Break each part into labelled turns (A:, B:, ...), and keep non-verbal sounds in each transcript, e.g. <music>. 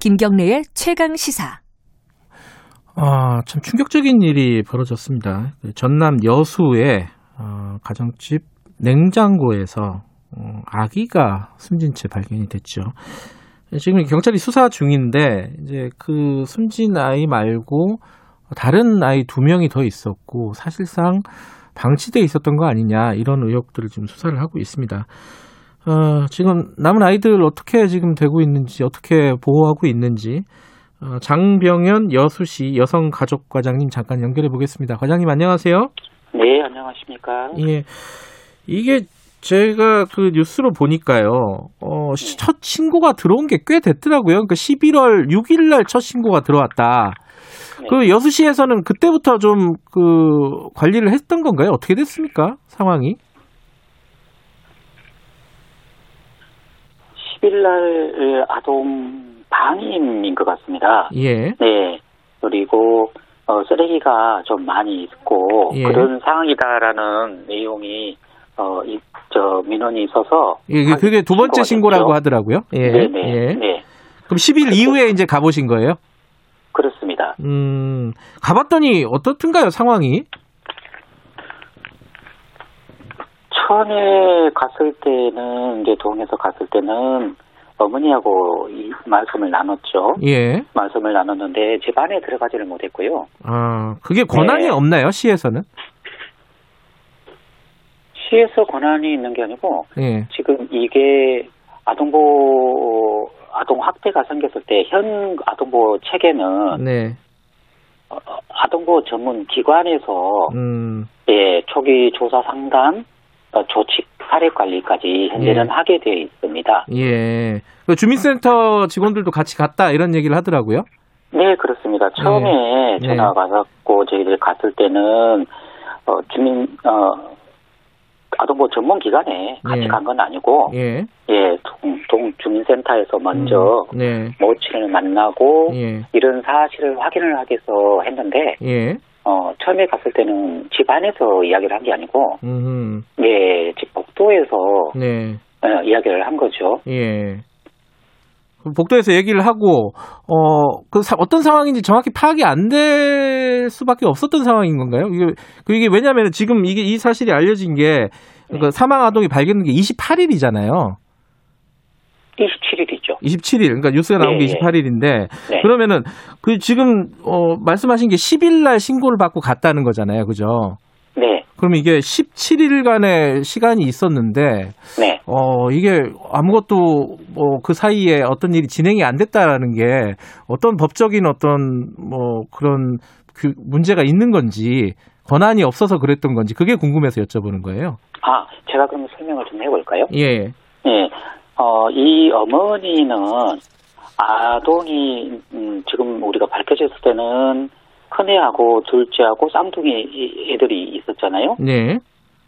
A: 김경래의 최강 시사.
B: 아, 참 충격적인 일이 벌어졌습니다. 그 전남 여수의 어, 가정집 냉장고에서 어, 아기가 숨진 채 발견이 됐죠. 지금 경찰이 수사 중인데 이제 그 숨진 아이 말고 다른 아이 두 명이 더 있었고 사실상 방치돼 있었던 거 아니냐 이런 의혹들을 지금 수사를 하고 있습니다. 어, 지금 남은 아이들 어떻게 지금 되고 있는지 어떻게 보호하고 있는지 어, 장병현 여수시 여성가족과장님 잠깐 연결해 보겠습니다. 과장님 안녕하세요.
C: 네, 안녕하십니까.
B: 예. 이게 제가 그 뉴스로 보니까요. 어,
C: 네.
B: 시- 첫 신고가 들어온 게 꽤 됐더라고요. 그러니까 11월 6일 날 첫 신고가 들어왔다.
C: 네.
B: 그 여수시에서는 그때부터 좀 그 관리를 했던 건가요? 어떻게 됐습니까? 상황이?
C: 10일 날 예, 아동 방임인 것 같습니다.
B: 예.
C: 네. 그리고 어, 쓰레기가 좀 많이 있고
B: 예.
C: 그런 상황이다라는 내용이 어, 이, 저 민원이 있어서
B: 예, 이게 그게 두 번째 신고라고 하더라고요. 예.
C: 아, 네, 네,
B: 예.
C: 네.
B: 그럼 10일 이후에 이제 가보신 거예요?
C: 그렇습니다.
B: 음. 가봤더니 어떻든가요, 상황이?
C: 처음에 갔을 때는 이제 동에서 갔을 때는 어머니하고 이 말씀을 나눴죠.
B: 예.
C: 말씀을 나눴는데 집 안에 들어가지를 못했고요.
B: 아, 그게 권한이
C: 네.
B: 없나요, 시에서는?
C: 시에서 권한이 있는 게 아니고
B: 예.
C: 지금 이게 아동보 아동 학대가 생겼을 때 현 아동보 체계는
B: 네.
C: 어, 아동보 전문 기관에서
B: 음.
C: 예, 초기 조사 상담 어, 조치 사례 관리까지 현재는
B: 예.
C: 하게 되어 있습니다.
B: 예. 그 주민센터 직원들도 같이 갔다 이런 얘기를 하더라고요.
C: 네 그렇습니다. 처음에
B: 네.
C: 전화가 왔고 저희들 갔을 때는 어, 주민 어, 아동보 전문 기관에 같이
B: 예.
C: 간 건 아니고
B: 예.
C: 예, 동, 동 주민센터에서 먼저
B: 음, 네.
C: 모친을 만나고
B: 예.
C: 이런 사실을 확인을 하기 위해서 했는데
B: 예.
C: 어, 처음에 갔을 때는 집 안에서 이야기를 한 게 아니고
B: 음.
C: 네, 집 복도에서
B: 네.
C: 어, 이야기를 한 거죠.
B: 예. 그럼 복도에서 얘기를 하고 어그 어떤 상황인지 정확히 파악이 안 될 수밖에 없었던 상황인 건가요? 이게 그 이게 왜냐하면 지금 이게 이 사실이 알려진 게 그
C: 네.
B: 사망 아동이 발견된 게 28일이잖아요.
C: 27일이죠.
B: 27일 그러니까 뉴스가 나온
C: 예,
B: 게
C: 예.
B: 28일인데
C: 네.
B: 그러면은 그 지금 어 말씀하신 게 10일 날 신고를 받고 갔다는 거잖아요. 그죠?
C: 네,
B: 그럼 이게 17일간의 시간이 있었는데
C: 네,
B: 어 이게 아무것도 뭐 그 사이에 어떤 일이 진행이 안 됐다라는 게 어떤 법적인 어떤 뭐 그런 그 문제가 있는 건지 권한이 없어서 그랬던 건지 그게 궁금해서 여쭤보는 거예요.
C: 아, 제가 그러면 설명을 좀 해볼까요?
B: 예.
C: 네, 어, 이 어머니는 아동이 음, 지금 우리가 밝혀졌을 때는 큰애하고 둘째하고 쌍둥이 이- 애들이 있었잖아요.
B: 네.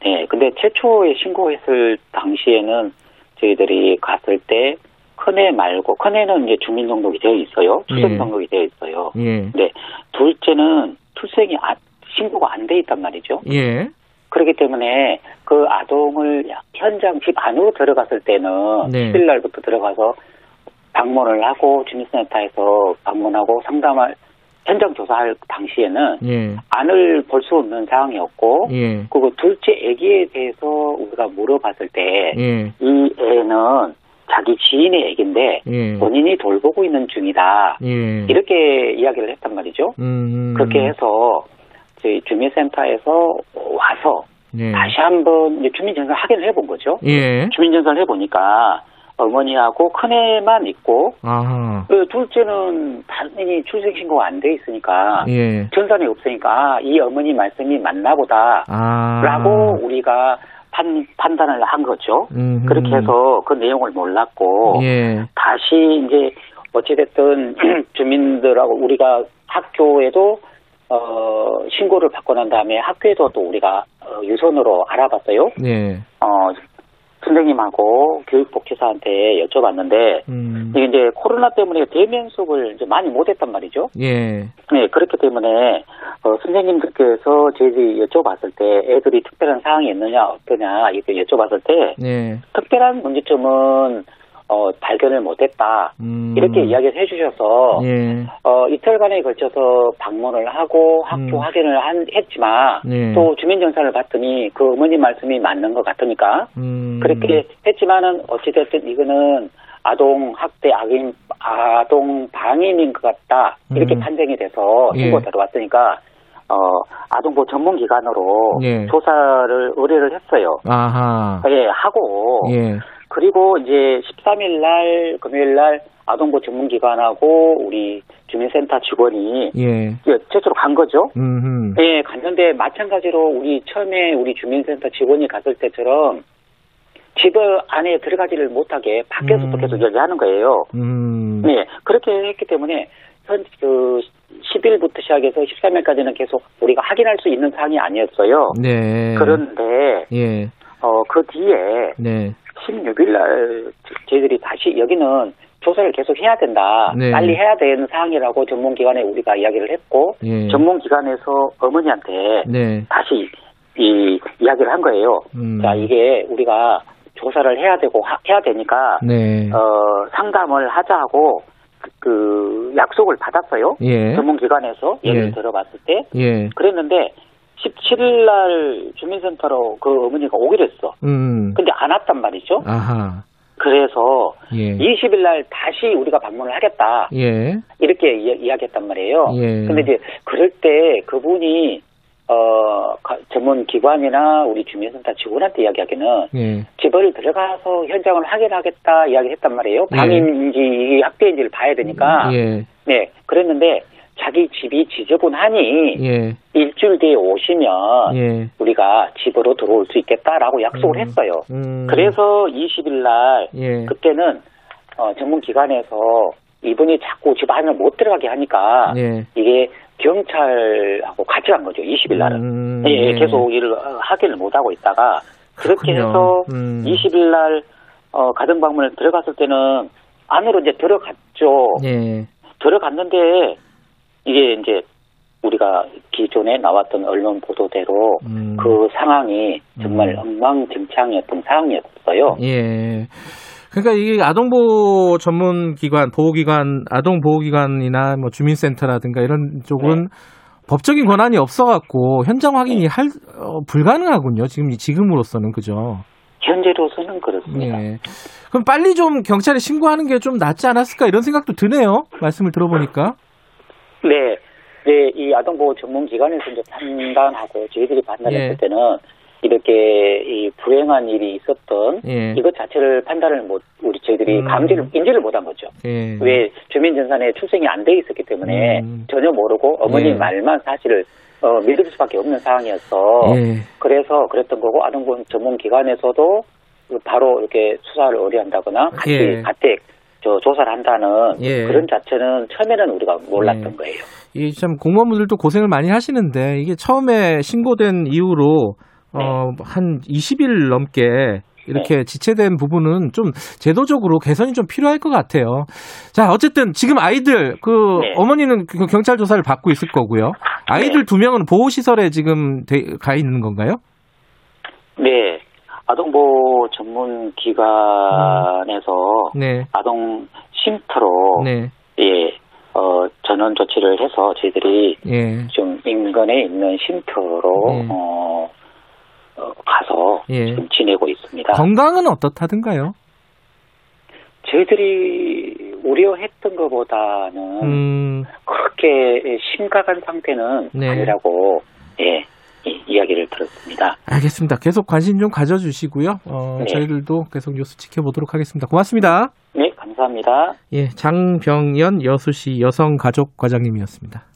C: 네, 근데 최초에 신고했을 당시에는 저희들이 갔을 때 큰애 말고 큰애는 이제 주민 등록이 되어 있어요.
B: 예.
C: 출생 등록이 되어 있어요. 네,
B: 예.
C: 둘째는 출생이 안- 신고가 안 돼 있단 말이죠.
B: 예.
C: 그렇기 때문에 그 아동을 현장 집 안으로 들어갔을 때는
B: 네.
C: 10일 날부터 들어가서 방문을 하고 주민센터에서 방문하고 상담할 현장 조사할 당시에는
B: 예.
C: 안을 볼 수 없는 상황이었고
B: 예.
C: 그리고 둘째 아기에 대해서 우리가 물어봤을 때 이
B: 예.
C: 애는 자기 지인의 아기인데
B: 예.
C: 본인이 돌보고 있는 어? 중이다
B: 예.
C: 이렇게 이야기를 했단 말이죠.
B: 음.
C: 그렇게 해서 저희 주민센터에서 와서
B: 예.
C: 다시 한번 이제 주민전선 확인을 해본 거죠.
B: 예.
C: 주민전선을 해보니까 어머니하고 큰애만 있고
B: 아하.
C: 그 둘째는 당연히 출생신고가 안 돼 있으니까
B: 예.
C: 전산이 없으니까 아, 이 어머니 말씀이 맞나 보다
B: 아.
C: 라고 우리가 판, 판단을 한 거죠.
B: 음.
C: 그렇게 해서 그 내용을 몰랐고
B: 예.
C: 다시 이제 어찌됐든 <clears throat> 주민들하고 우리가 학교에도 어, 신고를 받고 난 다음에 학교에도 또 우리가 어, 유선으로 알아봤어요.
B: 예.
C: 어, 선생님하고 교육복지사한테 여쭤봤는데
B: 음.
C: 이게 이제 코로나 때문에 대면 수업을 이제 많이 못했단 말이죠.
B: 예.
C: 네, 그렇기 때문에 어, 선생님들께서 저희들이 여쭤봤을 때 애들이 특별한 상황이 있느냐 없느냐 이렇게 여쭤봤을 때
B: 예.
C: 특별한 문제점은 어, 발견을 못했다.
B: 음.
C: 이렇게 이야기를 해주셔서
B: 예.
C: 어, 이틀간에 걸쳐서 방문을 하고 학교
B: 음.
C: 확인을 한- 했지만
B: 예.
C: 또 주민정산을 봤더니 그 어머님 말씀이 맞는 것 같으니까
B: 음.
C: 그렇게 했지만은 어찌됐든 이거는 아동 학대 악인 아동 방임인 것 같다 이렇게
B: 음.
C: 판정이 돼서
B: 예.
C: 신고 들어왔으니까 어 아동보 전문 기관으로
B: 예.
C: 조사를 의뢰를 했어요.
B: 아하.
C: 예 하고
B: 예.
C: 그리고 이제 13일 날 금요일 날 아동보 전문 기관하고 우리 주민센터 직원이
B: 예.
C: 예, 최초로 간 거죠.
B: 음.
C: 예, 갔는데 마찬가지로 우리 처음에 우리 주민센터 직원이 갔을 때처럼 집 안에 들어가지를 못하게 밖에서부터
B: 음.
C: 계속 얘기하는 거예요.
B: 음.
C: 네, 그렇게 했기 때문에 현, 그 10일부터 시작해서 13일까지는 계속 우리가 확인할 수 있는 사항이 아니었어요.
B: 네.
C: 그런데
B: 예.
C: 어, 그 뒤에
B: 네.
C: 16일 날 저희들이 다시 여기는 조사를 계속 해야 된다.
B: 네.
C: 빨리 해야 되는 사항이라고 전문기관에 우리가 이야기를 했고
B: 예.
C: 전문기관에서 어머니한테
B: 네.
C: 다시 이 이야기를 한 거예요.
B: 음.
C: 자 이게 우리가 조사를 해야 되고 하- 해야 되니까
B: 네.
C: 어, 상담을 하자고 그, 그 약속을 받았어요.
B: 예.
C: 전문기관에서 얘기를
B: 예.
C: 들어봤을 때
B: 예.
C: 그랬는데 17일 날 주민센터로 그 어머니가 오기로 했어.
B: 음.
C: 근데 안 왔단 말이죠.
B: 아하.
C: 그래서
B: 예.
C: 20일 날 다시 우리가 방문을 하겠다.
B: 예.
C: 이렇게 이, 야기했단 말이에요.
B: 예.
C: 근데 이제 그럴 때 그분이 어 가- 전문 기관이나 우리 주민센터 직원한테 이야기하기는
B: 예.
C: 집을 들어가서 현장을 확인하겠다 이야기했단 말이에요.
B: 예.
C: 방임인지 이게 학대인지를 봐야 되니까.
B: 예.
C: 네. 그랬는데 자기 집이 지저분하니
B: 예.
C: 일주일 뒤에 오시면
B: 예.
C: 우리가 집으로 들어올 수 있겠다라고 약속을
B: 음.
C: 했어요.
B: 음.
C: 그래서 20일 날
B: 예.
C: 그때는 어, 전문 기관에서 이분이 자꾸 집 안을 못 들어가게 하니까
B: 예.
C: 이게 경찰하고 같이 간 거죠. 20일 날은
B: 음,
C: 예, 예, 계속 일을 어, 하기를 못 하고 있다가 그렇게
B: 그렇군요.
C: 해서
B: 음.
C: 20일 날 어, 가정 방문을 들어갔을 때는 안으로 이제 들어갔죠.
B: 예.
C: 들어갔는데 이게 이제 우리가 기존에 나왔던 언론 보도대로
B: 음.
C: 그 상황이 정말
B: 음.
C: 엉망진창이었던 상황이었어요.
B: 예. 그러니까 이게 아동보호 전문 기관, 보호기관, 아동보호기관이나 뭐 주민센터라든가 이런
C: 네.
B: 쪽은 법적인 권한이 없어갖고 현장 확인이 할 어, 불가능하군요. 지금 이- 지금으로서는 그죠.
C: 현재로서는 그렇습니다.
B: 예. 그럼 빨리 좀 경찰에 신고하는 게 좀 낫지 않았을까 이런 생각도 드네요. 말씀을 들어보니까.
C: 네. 네, 이 아동보호 전문기관에서 이제 판단하고 저희들이 판단했을
B: 예.
C: 때는 이렇게 이 불행한 일이 있었던
B: 예.
C: 이것 자체를 판단을 못, 우리 저희들이
B: 음.
C: 감지를, 인지를 못한 거죠.
B: 예.
C: 왜 주민전산에 출생이 안 돼 있었기 때문에
B: 음.
C: 전혀 모르고 어머니
B: 예.
C: 말만 사실을 어, 믿을 수밖에 없는 상황이어서
B: 예.
C: 그래서 그랬던 거고 아동보호 전문기관에서도 바로 이렇게 수사를 의뢰한다거나 같이
B: 예.
C: 가택 저 조사를 한다는
B: 예.
C: 그런 자체는 처음에는 우리가 몰랐던
B: 예.
C: 거예요.
B: 이 참 공무원분들도 고생을 많이 하시는데 이게 처음에 신고된 이후로 어 한 20일 넘게 이렇게 지체된 부분은 좀 제도적으로 개선이 좀 필요할 것 같아요. 자, 어쨌든 지금 아이들 그
C: 네.
B: 어머니는 그 경찰 조사를 받고 있을 거고요. 아이들 두 명은 보호 시설에 지금 돼- 가 있는 건가요?
C: 네. 아동보호 전문 기관에서
B: 네.
C: 아동 쉼터로
B: 네.
C: 예, 어, 전원 조치를 해서 저희들이
B: 예.
C: 좀 인근에 있는 쉼터로
B: 네.
C: 어, 어, 가서
B: 예.
C: 지금 지내고 있습니다.
B: 건강은 어떻다든가요?
C: 저희들이 우려했던 것보다는
B: 음.
C: 그렇게 심각한 상태는
B: 네.
C: 아니라고 예, 이, 이야기를 들었습니다.
B: 알겠습니다. 계속 관심 좀 가져 주시고요. 어,
C: 네.
B: 저희들도 계속 뉴스 지켜보도록 하겠습니다. 고맙습니다.
C: 네, 감사합니다.
B: 예, 장병연 여수시 여성가족과장님이었습니다.